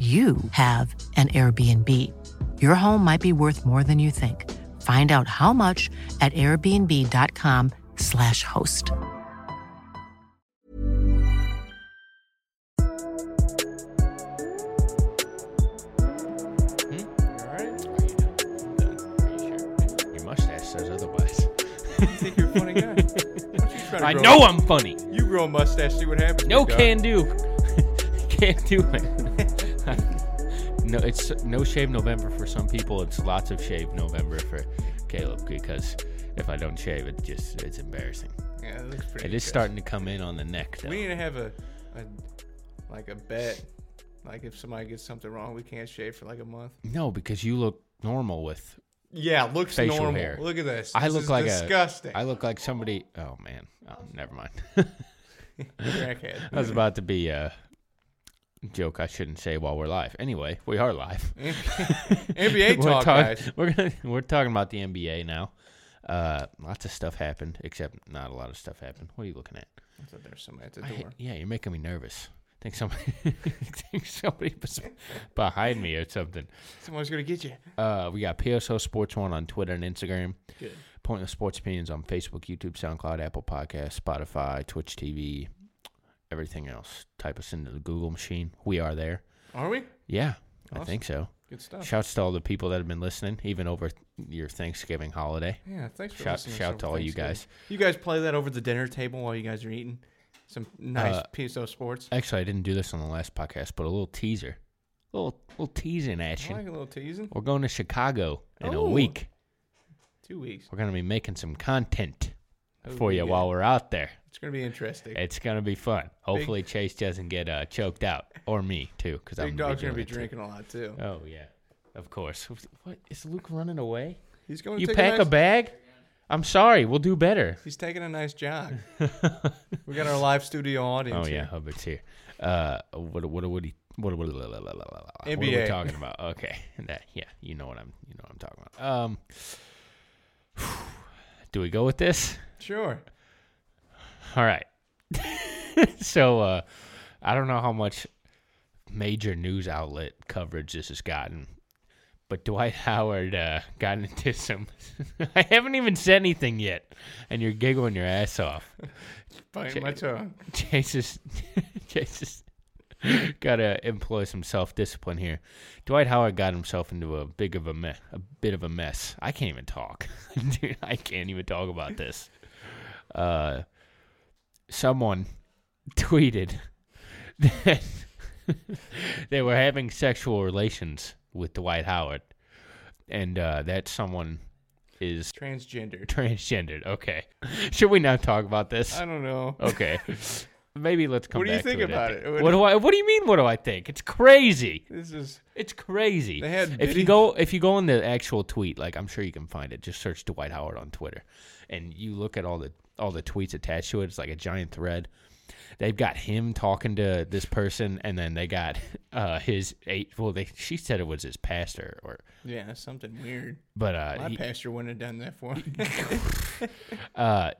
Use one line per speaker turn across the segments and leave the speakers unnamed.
you have an Airbnb. Your home might be worth more than you think. Find out how much at airbnb.com/slash host.
Your mustache says otherwise.
You think you're a funny guy? Why don't you try to
I
grow-
know I'm funny.
You grow a mustache, see what happens.
No
big dog.
can do. Can't do it. no, it's no shave November for some people. It's lots of shave November for Caleb because if I don't shave, it just it's embarrassing.
Yeah, that looks pretty
It is
good.
starting to come in on the neck. Though.
We need to have a, a, like a bet. Like if somebody gets something wrong, we can't shave for like a month.
no, because you look normal with.
Yeah, looks
Facial
normal.
hair.
Look at this.
I
This
look
is
like
disgusting.
A, I look like somebody. Oh man. Oh, never mind.
Crackhead.
That was about to be a joke I shouldn't say while we're live. Anyway, we are live.
NBA
talk-
talk, guys.
We're gonna, we're talking about the NBA now. Uh, lots of stuff happened, except not a lot of stuff happened. What are you looking at?
I thought there was somebody at the
I-
door.
yeah, you're making me nervous. Think somebody, think somebody was behind me or something.
Someone's gonna get you.
Uh, we got PSO Sports One on Twitter and Instagram. Good. Point of Sports Opinions on Facebook, YouTube, SoundCloud, Apple Podcasts, Spotify, Twitch TV, everything else. Type us into the Google machine. We are there.
Are we?
Yeah, I think so.
Good stuff.
Shouts to all the people that have been listening, even over your Thanksgiving holiday.
yeah, thanks for
shout-
listening
shout
over
to all you guys.
Thanksgiving. You guys play that over the dinner table while you guys are eating some nice
Uh,
PSO sports.
Actually, I didn't do this on the last podcast, but a little teaser, little little teasing
I like
action.
a little teasing.
We're going to Chicago in a
Oh.
week.
Two weeks.
We're gonna be making some content
Oh,
for you
yeah.
while we're out there.
It's gonna be interesting.
It's gonna be fun. Hopefully, Chase doesn't get uh, choked out, or me too, because I'm
Big dog's gonna
doing
be
it, too.
drinking a lot too.
Oh yeah, of course. What is Luke running away?
He's going. To
you
take
pack
a,
a
nice-
bag. I'm sorry. We'll do better.
He's taking a nice jog. we got our live studio audience.
Oh yeah,
here.
Hubbard's here. Uh, what what what he what what, la- la- la- la- la- la- la- what are we
NBA.
talking about? Okay, that yeah, you know what I'm you know what I'm talking about. Um, do we go with this?
Sure.
All right. so uh, I don't know how much major news outlet coverage this has gotten, but Dwight Howard uh, got into some. I haven't even said anything yet, and you're giggling your ass off.
Biting my tongue.
Chase is, Chase is gotta employ some self discipline here. Dwight Howard got himself into a big of a me- a bit of a mess. I can't even talk, dude. I can't even talk about this. Uh, someone tweeted that they were having sexual relations with Dwight Howard, and uh, that someone is
Transgendered.
transgendered. Okay, should we not talk about this?
I don't know.
Okay. Maybe let's come
What do you
back to
think
it, I
about
think.
it? What-
What do I what do you mean what do I think? It's crazy.
This is
It's crazy.
They had
if you
video-
go if you go in the actual tweet, like I'm sure you can find it, just search Dwight Howard on Twitter and you look at all the all the tweets attached to it, it's like a giant thread. they've got him talking to this person, and then they got uh, his eight. Well, they she said it was his pastor, or
Yeah, that's something weird.
but uh,
My
he-
pastor wouldn't have done that for me.
uh,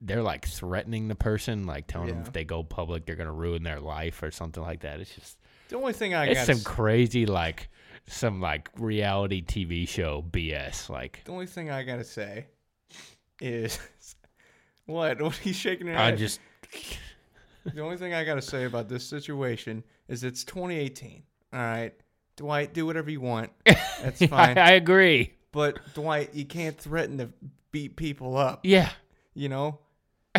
they're like threatening the person, like telling them
Yeah.
if they go public, they're gonna ruin their life or something like that. It's just
the only thing I
it's
got.
some
is-
crazy like some like reality TV show BS. Like
The only thing I gotta say is what? What are you shaking your
I
head?
just
The only thing I gotta say about this situation is it's 2018. All right, Dwight, do whatever you want. That's
I,
fine.
I agree.
but Dwight, you can't threaten to beat people up.
Yeah,
You know,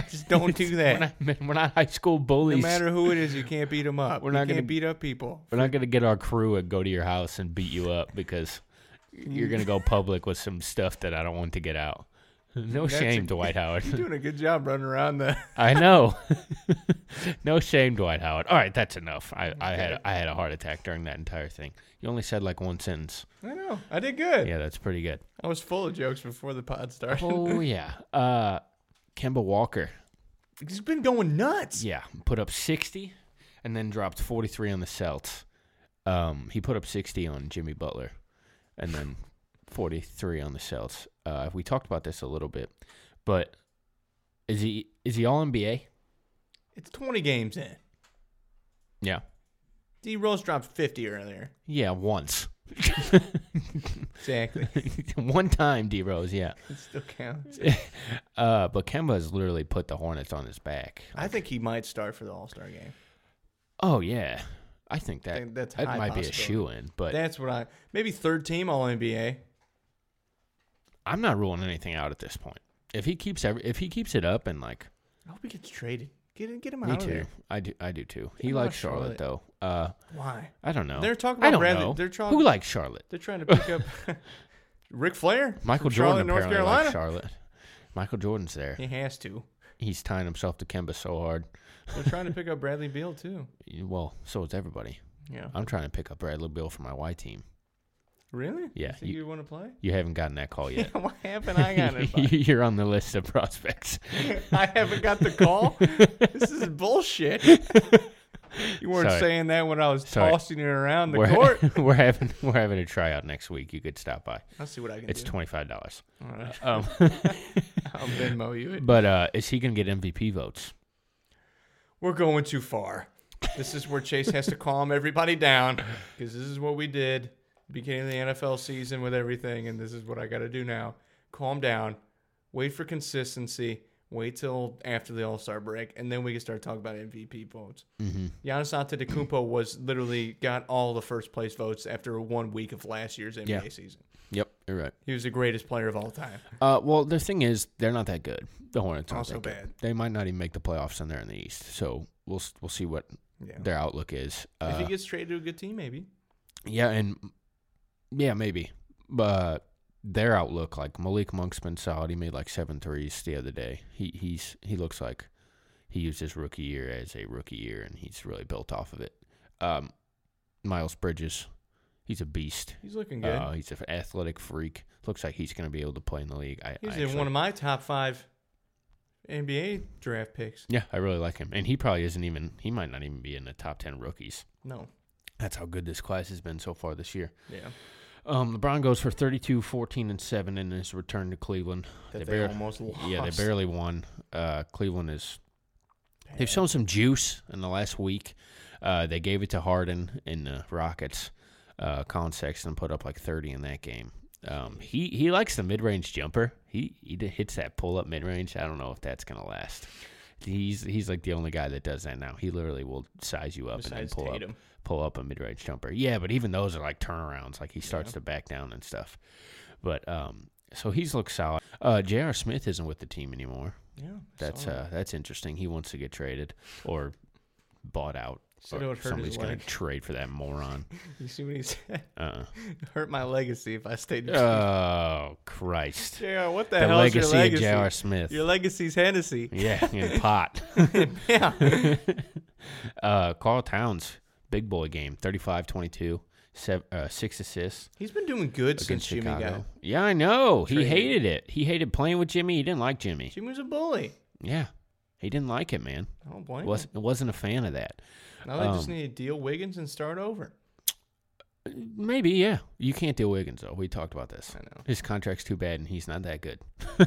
just don't do
we're
that.
not, man, we're not high school
no
bullies.
matter who it is, you can't beat them up.
We're
We're
not
not going
gonna-
to beat up people.
We're not gonna get our crew and go to your house and beat you up because you're gonna go public with some stuff that I don't want to get out. No
That's
shame,
a-
Dwight Howard.
You're doing a good job running around the.
I know. no shame, Dwight Howard. All right, that's enough. I, I had I had a heart attack during that entire thing. You only said like one sentence.
I know. I did good.
Yeah, that's pretty good.
I was full of jokes before the pod started.
Oh yeah. Uh Kemba Walker.
He's been going nuts.
Yeah, put up 60 and then dropped 43 on the Celts. Um he put up 60 on Jimmy Butler and then 43 on the Celts. Uh we talked about this a little bit. But is he is he all NBA?
It's 20 games in.
Yeah.
D Rose dropped 50 earlier.
Yeah, once.
Exactly.
One time, D Rose, yeah.
it still counts.
Uh, but Kemba has literally put the Hornets on his back.
I think he might start for the All Star game.
Oh yeah, I think that
think that's
that
high
might be a
possibility.
shoe in. But
That's what I. Maybe third team All NBA.
I'm not ruling anything out at this point. If he keeps every, if he keeps it up and like
I hope he gets traded. Get, him- get him
me
out
too,
of there.
I do I do too. He
him out
likes
of
Charlotte,
Charlotte.
though. Uh,
Why?
I don't know.
They're talking
I
about
don't
Bradley-
know.
they're trying-
Who likes Charlotte?
They're trying to pick up Ric Flair. from
Michael
Charlotte,
Jordan
North
apparently
Carolina.
likes Charlotte. Michael Jordan's there.
He has to.
He's tying himself to Kemba so hard.
They're trying to pick up Bradley Beal too.
Well, so is everybody.
Yeah.
I'm trying to pick up Bradley Bill for my Y team.
Really?
Yeah,
You think
you-
you, want to play?
You haven't gotten that call yet.
What happened? I got it.
You're on the list of prospects.
I haven't got the call. this is bullshit. You weren't
Sorry.
saying that when I was
Sorry.
tossing it around the
we're,
court.
we're having we're having a tryout next week. You could stop by.
I'll see what I can
It's
do.
twenty five dollars.
All right.
Um,
I'll Venmo you it.
but uh, is he gonna get MVP votes?
We're going too far. This is where Chase has to calm everybody down because this is what we did beginning of the NFL season with everything, and this is what I got to do now. Calm down, wait for consistency, wait till after the All Star break, and then we can start talking about MVP votes. Mm-hmm. Giannis Antetokounmpo was literally got all the first place votes after one week of last year's NBA
Yeah.
season.
Yep, you're right.
He was the greatest player of all time.
Uh, well, the thing is, they're not that good. The Hornets aren't
Also
that good.
bad.
They might not even make the playoffs, and they're in the East. So we'll s- we'll see what
Yeah.
their outlook is. Uh,
if he gets traded to a good team, maybe.
Yeah, and yeah, maybe. But their outlook, like Malik Monk's been solid. He made like seven threes the other day. He he's he looks like he used his rookie year as a rookie year, and he's really built off of it. Um, Miles Bridges, he's a beast.
He's looking good.
Uh, he's an athletic freak. Looks like he's going to be able to play in the league. I,
He's
I
in
actually-
one of my top five NBA draft picks.
yeah, I really like him, and he probably isn't even. He might not even be in the top ten rookies.
No.
That's how good this class has been so far this year.
Yeah.
Um, LeBron goes for 32, 14, and 7 in his return to Cleveland.
That they almost
Yeah, they
lost.
barely won. Uh, Cleveland is. They've shown some juice in the last week. Uh, they gave it to Harden in the Rockets. Uh, Colin Sexton put up like 30 in that game. Um, he, he likes the mid range jumper. He he d- hits that pull up mid range. I don't know if that's gonna last. He's he's like the only guy that does that now. He literally will size you up and
Besides
then pull up
Tatum.
pull up a mid range jumper. Yeah, but even those are like turnarounds. Like he starts to back down and stuff. But um, so he's looked solid. Uh, J.R. Smith isn't with the team anymore.
Yeah.
That's uh, that's interesting. He wants to get traded or bought out.
Said
Or
it would hurt his
somebody's gonna
leg.
trade for that moron.
You see what he said?
Uh,
Hurt my legacy if I stayed. in
oh Christ!
yeah, what the,
The
hell is your
legacy,
legacy?
of J.R. Smith.
Your legacy's Hennessy.
yeah, in pot.
Yeah.
Uh, Carl Towns, big boy game, 35-22, sev- uh, six assists.
He's been doing good since
against
Jimmy
Chicago.
got.
Yeah, I know. He
Traded.
hated it. He hated playing with Jimmy. He didn't like Jimmy.
Jimmy was a bully.
Yeah. He didn't like it, man.
I don't blame him.
wasn't wasn't a fan of that.
Now they just
um,
need to deal Wiggins and start over.
Maybe, yeah. You can't deal Wiggins though. We talked about this.
I know.
His contract's too bad, and he's not that good.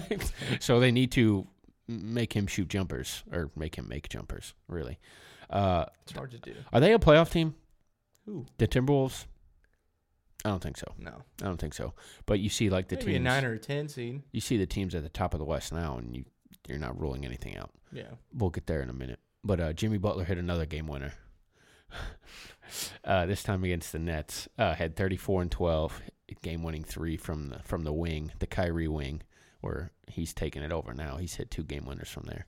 so they need to make him shoot jumpers or make him make jumpers. Really, uh,
It's hard to do.
are they a playoff team?
Who?
The Timberwolves? I don't think so.
No.
I don't think so. But you see, like the
Maybe a
teams,
nine or a ten seed.
you see the teams at the top of the West now, and you you're not ruling anything out.
Yeah.
We'll get there in a minute. But uh, Jimmy Butler hit another game winner. uh, this time against the Nets, uh, had 34 and 12, game winning three from the from the wing, the Kyrie wing, where he's taking it over now. He's hit two game winners from there.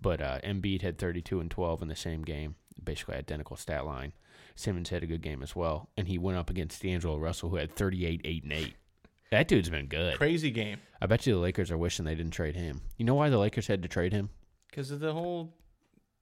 But uh, Embiid had 32 and 12 in the same game, basically identical stat line. Simmons had a good game as well, and he went up against D'Angelo Russell, who had 38, 8, and 8. That dude's been good.
Crazy game
I bet you the Lakers are wishing they didn't trade him. You know why the Lakers had to trade him?
because of the whole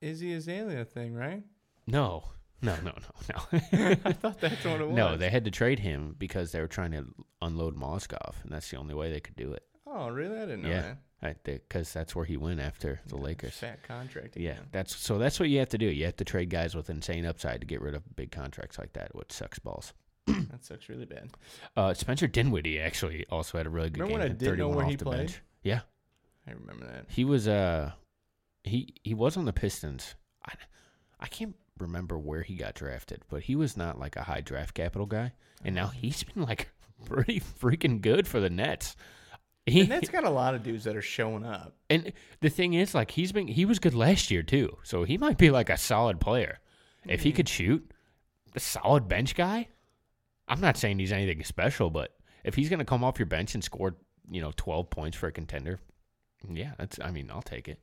Izzy Azalea thing, right?
No, no, no, no, no.
I thought that's what it was.
no, they had to trade him because they were trying to unload Mozgov, and that's the only way they could do it.
Oh, really? I didn't know
yeah,
that.
because that's where he went after the Lakers.
Fat contract.
Yeah,
again.
that's so. That's what you have to do. You have to trade guys with insane upside to get rid of big contracts like that, which sucks balls.
That sucks really bad.
Uh, Spencer Dinwiddie actually also had a really good
Remember
game.
when I
had
didn't know
31
where
off
he
the
played?
bench. Yeah,
I remember that.
He was uh he he was on the Pistons. I I can't remember where he got drafted, but he was not like a high draft capital guy. And now he's been like pretty freaking good for the Nets. He,
And that's got a lot of dudes that are showing up.
and the thing is like he's been he was good last year too. So he might be like a solid player. If he could shoot, a solid bench guy. I'm not saying he's anything special, but if he's going to come off your bench and score, you know, 12 points for a contender, yeah, that's. I mean, I'll take it.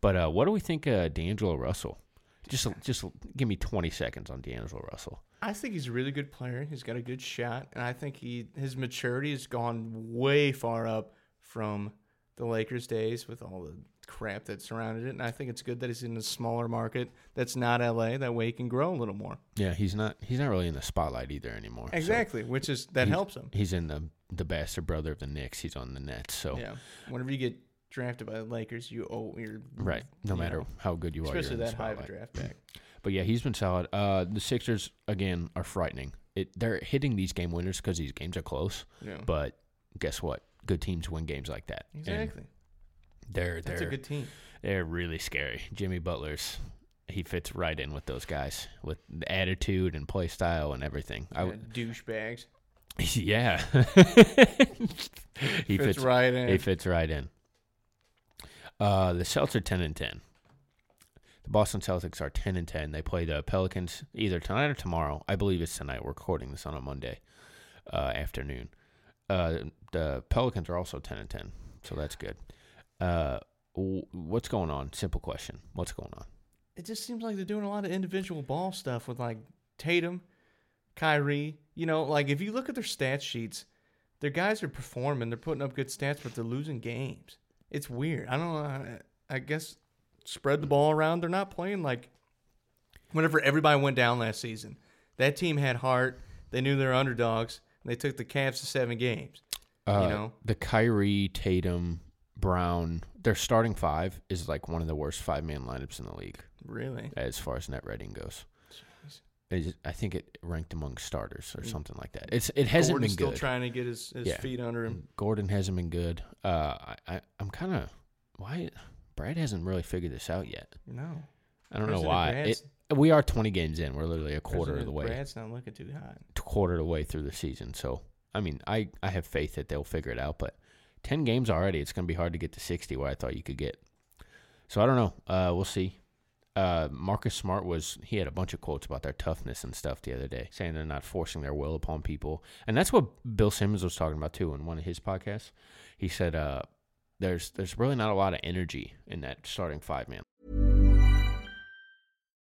But uh, what do we think, uh, D'Angelo Russell? Just, just give me 20 seconds on D'Angelo Russell.
I think he's a really good player. He's got a good shot, and I think he his maturity has gone way far up from the Lakers days with all the crap that surrounded it. And I think it's good that he's in a smaller market that's not LA. That way he can grow a little more.
Yeah, he's not. He's not really in the spotlight either anymore. so
Exactly, which is that
he's-
helps him.
He's in the the bastard brother of the Knicks. He's on the Nets. So
Yeah. Whenever you get drafted by the Lakers, you owe your
right, no
you
matter
know,
how good you are,
especially
you're in the
that high of a
spotlight.
draft pick.
But yeah, he's been solid. Uh, the Sixers again are frightening. It they're hitting these game winners because these games are close.
Yeah.
But guess what? Good teams win games like that. And
Exactly.
they're
That's a
they're
good team.
they're really scary. Jimmy Butler's he fits right in with those guys with the attitude and play style and everything. I
Yeah,
would
douchebags.
yeah. he
Fits right in.
He fits right in. Uh, the Celtics are ten and ten. The Boston Celtics are ten and ten. They play the Pelicans either tonight or tomorrow. I believe it's tonight. We're recording this on a Monday uh, afternoon. Uh, the Pelicans are also ten and ten, so that's good. Uh, w- what's going on? Simple question. What's going on?
It just seems like they're doing a lot of individual ball stuff with like Tatum, Kyrie. You know, like if you look at their stat sheets, their guys are performing. They're putting up good stats, but they're losing games. It's weird. I don't know. I- I guess spread the ball around. They're not playing like whenever everybody went down last season. That team had heart. They knew they were underdogs. And they took the Cavs to seven games.
Uh,
know?
the Kyrie, Tatum, Brown. Their starting five is like one of the worst five man lineups in the league.
Really?
as far as net rating goes. It is- I think it ranked among starters or something like that. It's it hasn't
Mm. Gordon's
been
still
good.
trying to get his, his
Yeah.
feet under him.
Gordon hasn't been good. Uh, I, I I'm kind of why Brad hasn't really figured this out yet.
No.
I don't know
President
why.
Brad's-
It, we are 20 games in. We're literally a quarter of
President
the way
Brad's not looking too hot.
quarter of the way through the season. So I mean, I I have faith that they'll figure it out. But 10 games already, it's going to be hard to get to 60 where I thought you could get. So I don't know. Uh, we'll see. Uh, Marcus Smart was he had a bunch of quotes about their toughness and stuff the other day, saying they're not forcing their will upon people, and that's what Bill Simmons was talking about too in one of his podcasts. He said, uh, "There's there's really not a lot of energy in that starting five man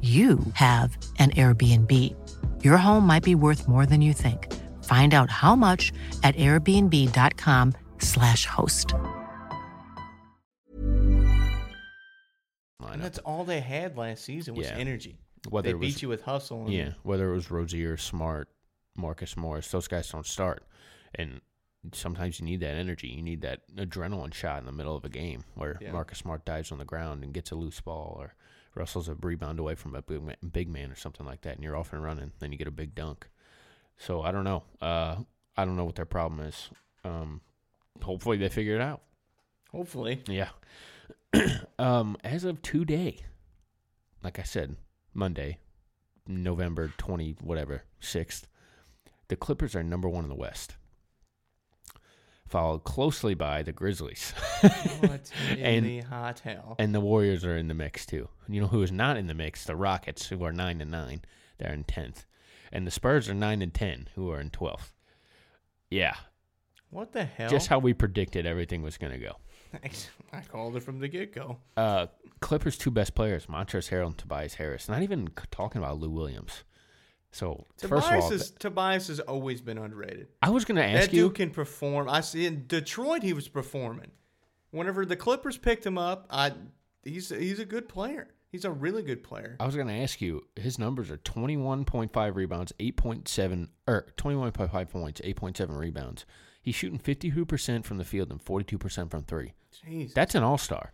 you have an Airbnb. Your home might be worth more than you think. Find out how much at airbnb.com/slash host.
And
lineup.
that's all they had last season was
Yeah.
energy.
Whether
they
it
beat
was-
you with hustle. And
Yeah, whether it was Rozier, Smart, Marcus Morris, those guys don't start, and sometimes you need that energy. You need that adrenaline shot in the middle of a game where
Yeah.
Marcus Smart dives on the ground and gets a loose ball, or Russell's a rebound away from a big ma- big man or something like that, and you're off and running. Then you get a big dunk. So I don't know. Uh, I don't know what their problem is. Um, hopefully they figure it out.
Hopefully,
Yeah. um, as of today, like I said, Monday, November twenty whatever sixth, the Clippers are number one in the West, followed closely by the Grizzlies,
what in
And-
the hot hell?
and the Warriors are in the mix too. You know who is not in the mix? The Rockets, who are nine and nine, they're in tenth, and the Spurs are nine and ten, who are in twelfth. Yeah,
what the hell?
just how we predicted everything was going to go.
I called it from the get go.
Uh, Clippers' two best players, Montrezl Harrell and Tobias Harris. Not even c- talking about Lou Williams. So first of
Tobias
all,
is,
th-
Tobias has always been underrated.
I was going to ask
that
you.
dude can perform. I see in Detroit he was performing. Whenever the Clippers picked him up, I he's he's a good player. He's a really good player.
I was going to ask you. His numbers are twenty one point five rebounds, eight point seven or twenty one point five points, eight point seven rebounds. He's shooting fifty two percent from the field and forty two percent from three.
Jeez.
That's an all star.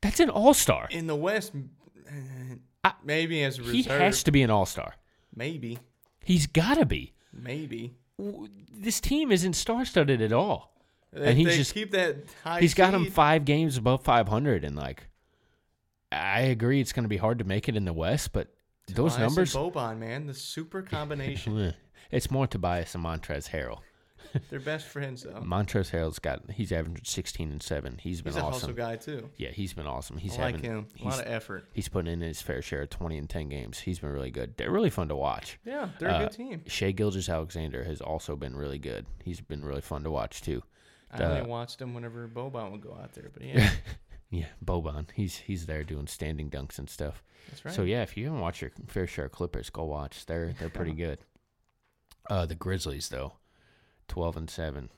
That's an all star.
in the West,
I-
maybe as a reserve,
He has to be an all star.
maybe,
He's got to be.
maybe.
W- This team isn't star studded at all.
If
And he's
they
just
keep that. High
He's got him
seed-
five games above 500, and like, I agree, it's going to be hard to make it in the West, but those
Tobias
numbers,
and Boban, man, the super combination.
Eh, it's more Tobias and Montrez Harrell.
They're best friends though.
Montrez Harrell's got he's averaged 16 and seven. He's been
Oh. he's a hustle
awesome.
guy too.
Yeah, he's been awesome. He's
I like
having
him. A
he's-
lot of effort.
He's putting in his fair share of 20 and 10 games. He's been really good. They're really fun to watch.
Yeah, they're a
Uh,
good team.
Shea Gilgis Alexander has also been really good. He's been really fun to watch too.
I only
uh,
watched him whenever Boban would go out there, but yeah,
Yeah, Boban. He's he's there doing standing dunks and stuff.
that's right.
So yeah, if you haven't watched your fair share of Clippers, go watch. They're they're pretty good. Uh, the Grizzlies though, twelve and seven.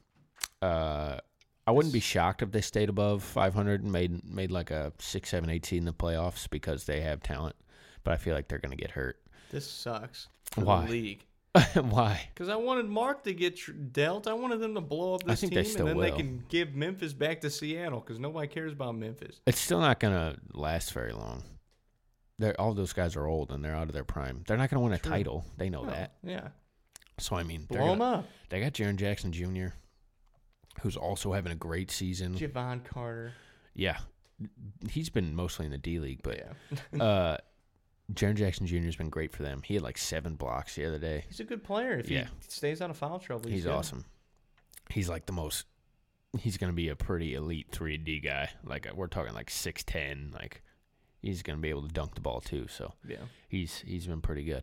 Uh, I wouldn't be shocked if they stayed above five hundred and made made like a six, seven, eight seed in the playoffs because they have talent. But I feel like they're gonna get hurt.
This sucks. For
Why?
The league.
Why?
Because I wanted Mark to get tr- dealt. I wanted them to blow up
I
this
think they
team,
still
and then
will.
they can give Memphis back to Seattle because nobody cares about Memphis.
It's still not gonna last very long. They're, all those guys are old and they're out of their prime. They're not gonna win a
True.
title. They know
No,
that.
Yeah.
So I mean, they're
Blow them
gonna-
up.
They got Jaron Jackson Jr., who's also having a great season.
Javon Carter.
Yeah, he's been mostly in the D League, but
yeah.
uh, Jaron Jackson Jr. has been great for them. He had like seven blocks the other day.
He's a good player. If
Yeah.
he stays out of foul trouble, he's,
He's
good.
awesome. He's like the most. He's gonna be a pretty elite three and D guy. Like we're talking like six ten. Like he's gonna be able to dunk the ball too. So
Yeah.
he's he's been pretty good.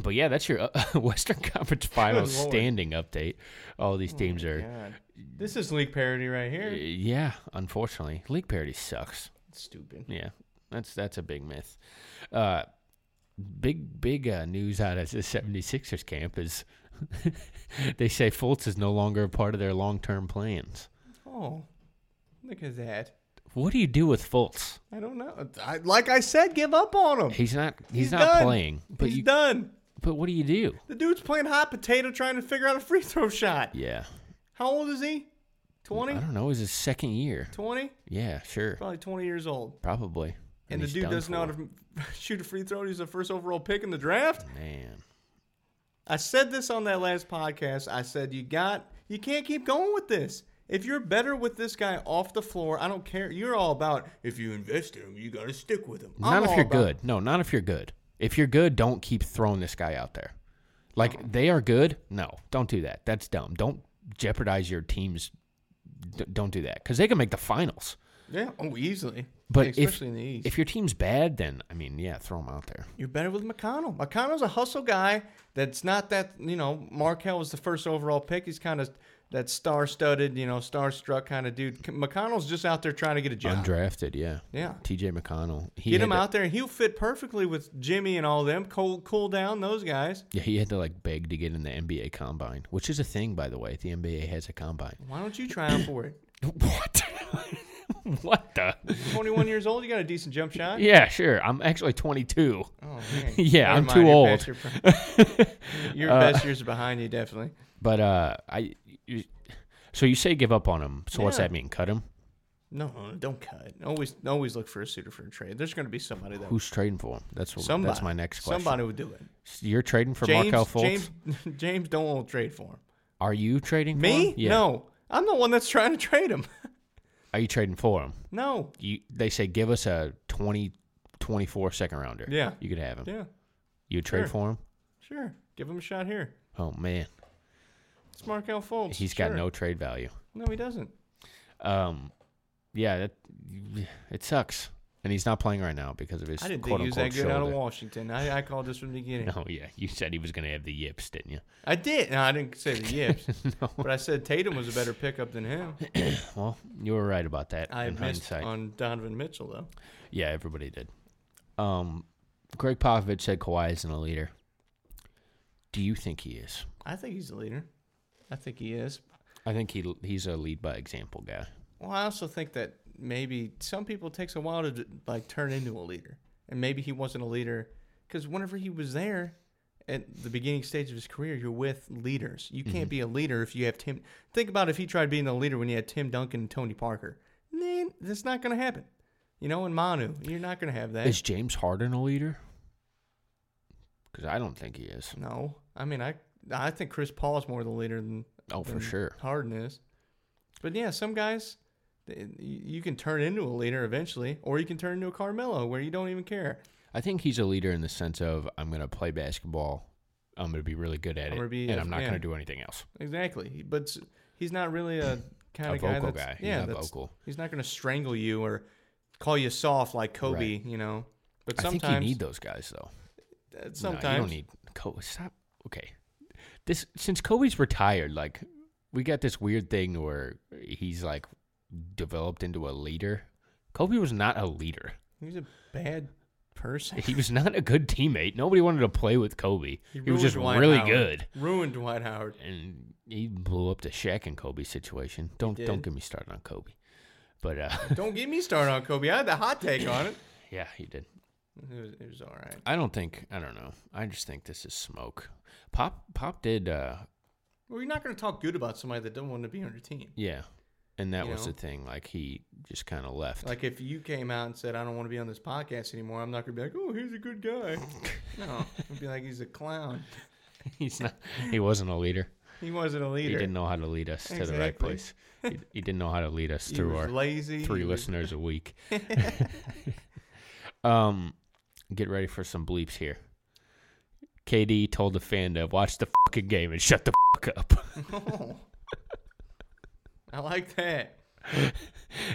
but yeah, that's your uh, Western Conference Finals
Lord. Oh
standing update. All these teams are.
God. This is league parody right
Uh,
here.
Yeah, unfortunately, league parity sucks.
Stupid.
Yeah, that's that's a big myth. Uh, big big uh, news out of the 76ers camp is they say Fultz is no longer a part of their long term plans.
Oh, look at that.
What do you do with Fultz?
I don't know. I, like I said, give up on him.
He's not he's,
He's
not
done.
playing. But
he's
you,
done.
but what do you do?
The dude's playing hot potato trying to figure out a free throw shot.
Yeah,
How old is he? 20?
I don't know. It's his second year.
20?
Yeah, sure,
Probably 20 years old.
probably.
And, the
he's
dude
done
does not
for.
shoot a free throw. He's the first overall pick in the draft.
Man,
I said this on that last podcast. I said you got you can't keep going with this. If you're better with this guy off the floor, I don't care. You're all about if you invest in him, you got to stick with him. I'm
not if
all
you're
about-
good. No, not if you're good. If you're good, don't keep throwing this guy out there. Like
Uh-huh.
they are good. No, don't do that. That's dumb. Don't jeopardize your team's. D- don't do that because they can make the finals.
Yeah. Oh, easily.
But
Yeah,
if,
especially in the East.
if your team's bad, then I mean, yeah, throw them out there.
You're better with McConnell. McConnell's a hustle guy. That's not that you know. Markell was the first overall pick. He's kind of that star-studded, you know, star-struck kind of dude. McConnell's just out there trying to get a job.
Undrafted, yeah.
Yeah.
T.J. McConnell. He
get him
had to-
out there, and he'll fit perfectly with Jimmy and all them. Cool, cool down those guys.
Yeah, he had to like beg to get in the NBA combine, which is a thing, by the way. The NBA has a combine.
Why don't you try out for it?
What? what the?
21 years old, you got a decent jump shot.
Yeah, sure. I'm actually 22.
Oh, man.
Yeah,
Never
I'm
mind,
too
your
old. Uh,
best year- Your best years are behind you, definitely.
But uh, I. You, so you say give up on him. So what's
Yeah.
that mean? Cut him?
No, no, don't cut. Always, always look for a suitor for a trade. There's going to be somebody that
Who's trading for him? That's what,
somebody.
That's my next question.
Somebody would do it.
You're trading for
James,
Markel Fultz.
James, James, don't want to trade for him.
Are you trading for
Me?
him? Yeah.
No, I'm the one that's trying to trade him.
Are you trading for him?
no.
You, they say give us a 20, 24 second rounder.
Yeah.
You could have him.
Yeah,
You would trade
Sure.
for him?
sure. Give him a shot here.
Oh, man.
It's Markel Fultz.
He's
He's
got no trade value.
No, he doesn't.
Um, yeah, that, it sucks, and he's not playing right now because of his
I didn't
quote
think he was that
unquote
good
shoulder.
out of Washington. I, I called this from the beginning.
No, yeah, you said he was gonna have the yips, didn't you?
I did. No, I didn't say the yips, but I said Tatum was a better pickup than him.
Well, you were right about that
I
in
missed
hindsight.
on Donovan Mitchell though.
yeah, everybody did. Um, Greg Popovich said Kawhi isn't a leader. Do you think he is?
I think he's the leader. I think he is.
I think he he's a lead by example guy.
Well, I also think that maybe some people it takes a while to like turn into a leader, and maybe he wasn't a leader because whenever he was there at the beginning stage of his career, you're with leaders. You can't be a leader if you have Tim. Think about if he tried being a leader when you had Tim Duncan and Tony Parker. Man, that's not going to happen. You know, and Manu, you're not going to have that.
Is James Harden a leader? Because I don't think he is.
No, I mean I I think Chris Paul is more the leader than
Oh, for
than
sure.
Harden is. But yeah, some guys th- y- you can turn into a leader eventually, or you can turn into a Carmelo where you don't even care.
I think he's a leader in the sense of I'm going to play basketball, I'm going to be really good at
I'm
it,
gonna be
and
a-
I'm not
yeah.
going to do anything else.
Exactly, but s- he's not really a kind
A
of guy
vocal
that's
guy. He's
yeah
not
that's,
vocal.
He's not going to strangle you or call you soft like Kobe,
Right.
you know. But
I
sometimes
think you need those guys though.
uh,
no, you don't
sometimes
need Kobe. Stop. Okay, this since Kobe's retired, like we got this weird thing where he's like developed into a leader. Kobe was not a leader.
he's a bad person.
He was not a good teammate. Nobody wanted to play with Kobe. He, was
ruined
just
Dwight
really
Howard.
good,
Ruined Dwight Howard.
and he blew up the Shaq and Kobe situation. Don't
did.
don't get me started on Kobe. But uh,
Don't get me started on Kobe. I had the hot take on it.
yeah, he did.
It was, it was all right.
I don't think. I don't know. I just think this is smoke. Pop Pop did. uh
Well, you're not going to talk good about somebody that don't want to be on your team.
Yeah, and that
You
was
know?
the thing. Like he just kind of left.
Like if you came out and said, "I don't want to be on this podcast anymore," I'm not going to be like, "Oh, he's a good guy." No, I'd be like, "He's a clown.
he's not. He wasn't a leader.
He wasn't a leader.
He didn't know how to lead us to the right
Exactly.
place. He, he didn't know how to lead us
He
through
was
our
lazy.
three
He was-
listeners a week. um, get ready for some bleeps here. KD told the fan to watch the fucking game and shut the fuck up.
Oh. I like that.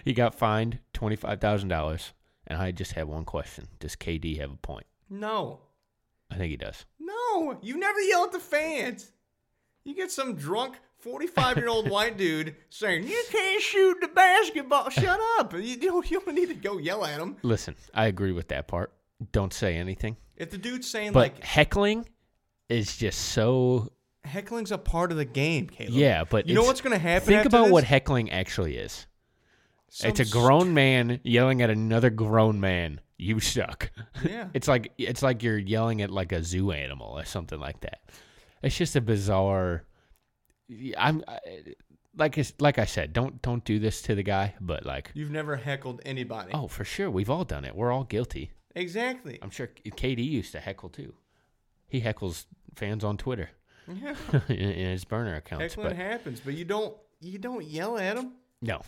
he got fined twenty five thousand dollars. And I just have one question: Does KD have a point?
No,
I think he does.
no, you never yell at the fans. You get some drunk. 45 year old white dude saying, You can't shoot the basketball. Shut up. You, you, don't, you don't need to go yell at him.
Listen, I agree with that part. Don't say anything.
If the dude's saying,
But
like,
heckling is just so
heckling's a part of the game, Caleb.
yeah. But
you know
it's-
what's going to happen?
Think
after
about
this?
what heckling actually is.
Some
it's a grown man yelling at another grown man. You suck.
st- yeah.
It's like it's like you're yelling at like a zoo animal or something like that. It's just a bizarre. I'm I- like it's- like I said, don't don't do this to the guy. But like,
You've never heckled anybody.
oh for sure, we've all done it. We're all guilty.
exactly.
I'm sure KD used to heckle too. He heckles fans on Twitter
Yeah.
in, in his burner accounts.
Heckling
but
happens, but you don't you don't yell at them.
no,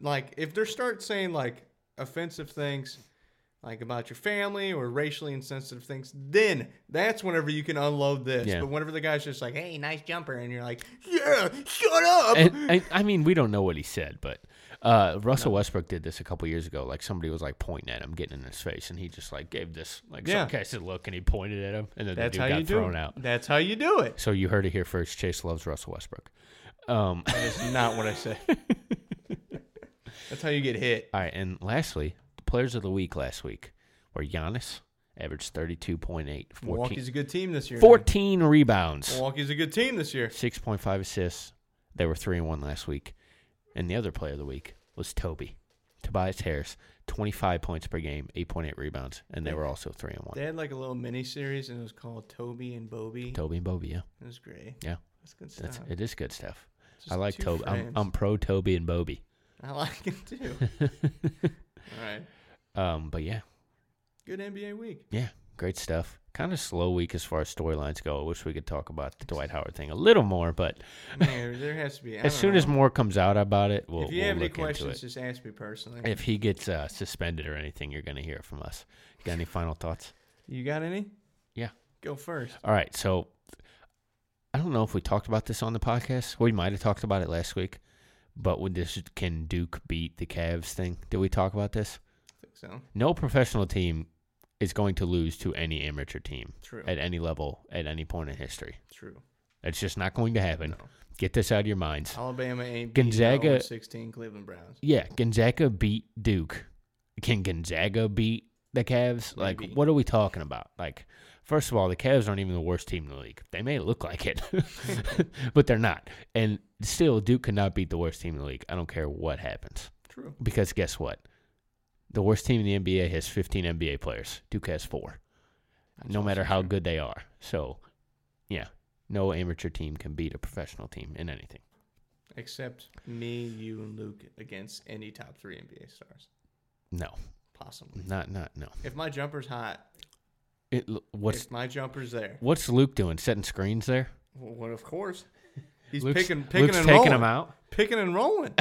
Like if they start saying like offensive things, like about your family or racially insensitive things, then that's whenever you can unload this.
Yeah.
But whenever the guy's just like, "Hey, nice jumper," and you're like, "Yeah, shut up."
And, I, I mean, we don't know what he said, but uh, Russell Westbrook did this a couple years ago. Like somebody was like pointing at him, getting in his face, and he just like gave this like
Yeah.
sarcastic look, and he pointed at him, and then
that's
the
how
dude
you
got
do.
thrown
it.
out.
That's how you do it.
So you heard it here first. Chase loves Russell Westbrook. Um,
That's not what I said. that's how you get hit.
all right, and lastly, the players of the week last week were Giannis, averaged thirty two point eight, 14,
Milwaukee's a good team this year. man.
14 rebounds,
Milwaukee's a good team this year.
six point five assists. They were three and one last week, and the other player of the week was Toby, Tobias Harris, twenty five points per game, eight point eight rebounds, and they were also three and one.
They had like a little mini series and it was called Toby and Bobby.
Toby and Bobby, yeah,
It was great.
yeah,
That's good stuff.
that's, it is good stuff.
Just
I like
two
Toby. I'm,
frames.
I'm pro Toby and Bobby.
I like him too. All right.
um, but yeah,
Good NBA week.
Yeah, great stuff. Kind of slow week as far as storylines go. I wish we could talk about the Dwight Howard thing a little more, but
Man, there has to be. I
as
don't
soon
know.
as more comes out about it, we'll,
if you
we'll
have any
look
questions,
into it.
just ask me personally.
If he gets uh, suspended or anything, you're going to hear it from us. You got any final thoughts?
you got any,
Yeah.
go first.
All right. So I don't know if we talked about this on the podcast. We might have talked about it last week, but with this can Duke beat the Cavs thing? Did we talk about this?
I think so.
no professional team is going to lose to any amateur team
True.
at any level at any point in history.
True.
It's just not going to happen. Get this out of your minds.
Alabama ain't
Gonzaga-
Gonzaga sixteen Cleveland Browns.
Yeah, Gonzaga beat Duke. Can Gonzaga beat the Cavs? Like,
Maybe.
what are we talking about? Like, first of all, the Cavs aren't even the worst team in the league. They may look like it, but they're not. And still, Duke cannot beat the worst team in the league. I don't care what happens.
True.
Because guess what? The worst team in the NBA has 15 NBA players. Duke has four. no matter how good they are. So, yeah, no amateur team can beat a professional team in anything.
Except me, you, and Luke against any top three NBA stars,
No,
possibly.
not not no.
If my jumper's hot,
It, l- what's
if my jumper's there,
what's Luke doing? Setting screens there?
well, well, of course, he's
Luke's,
picking, picking,
Luke's
and
taking
rolling.
him out.
picking and rolling,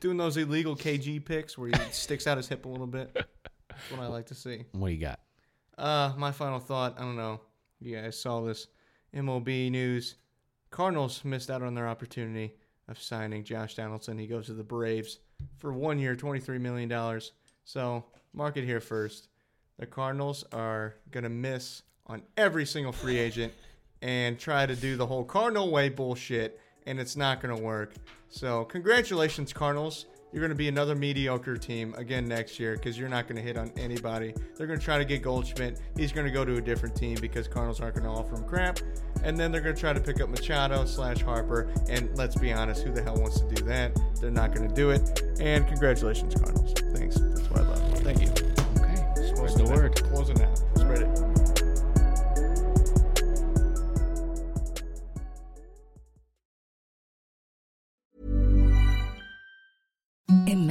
doing those illegal KG picks where he sticks out his hip a little bit. That's what I like to see.
What do you got?
Uh, my final thought. I don't know. You guys saw this MLB news. Cardinals missed out on their opportunity of signing Josh Donaldson. He goes to the Braves for one year, twenty-three million dollars. So mark it here first. The Cardinals are gonna miss on every single free agent and try to do the whole Cardinal way bullshit, and it's not gonna work. So congratulations, Cardinals. You're gonna be another mediocre team again next year because you're not gonna hit on anybody. They're gonna try to get Goldschmidt. He's gonna go to a different team because Cardinals aren't gonna offer him crap. And then they're gonna try to pick up Machado slash Harper. And let's be honest, who the hell wants to do that? They're not gonna do it. And congratulations, Cardinals. Thanks. That's what I love. Thank you.
Okay, spread the word.
Closing out. Spread it.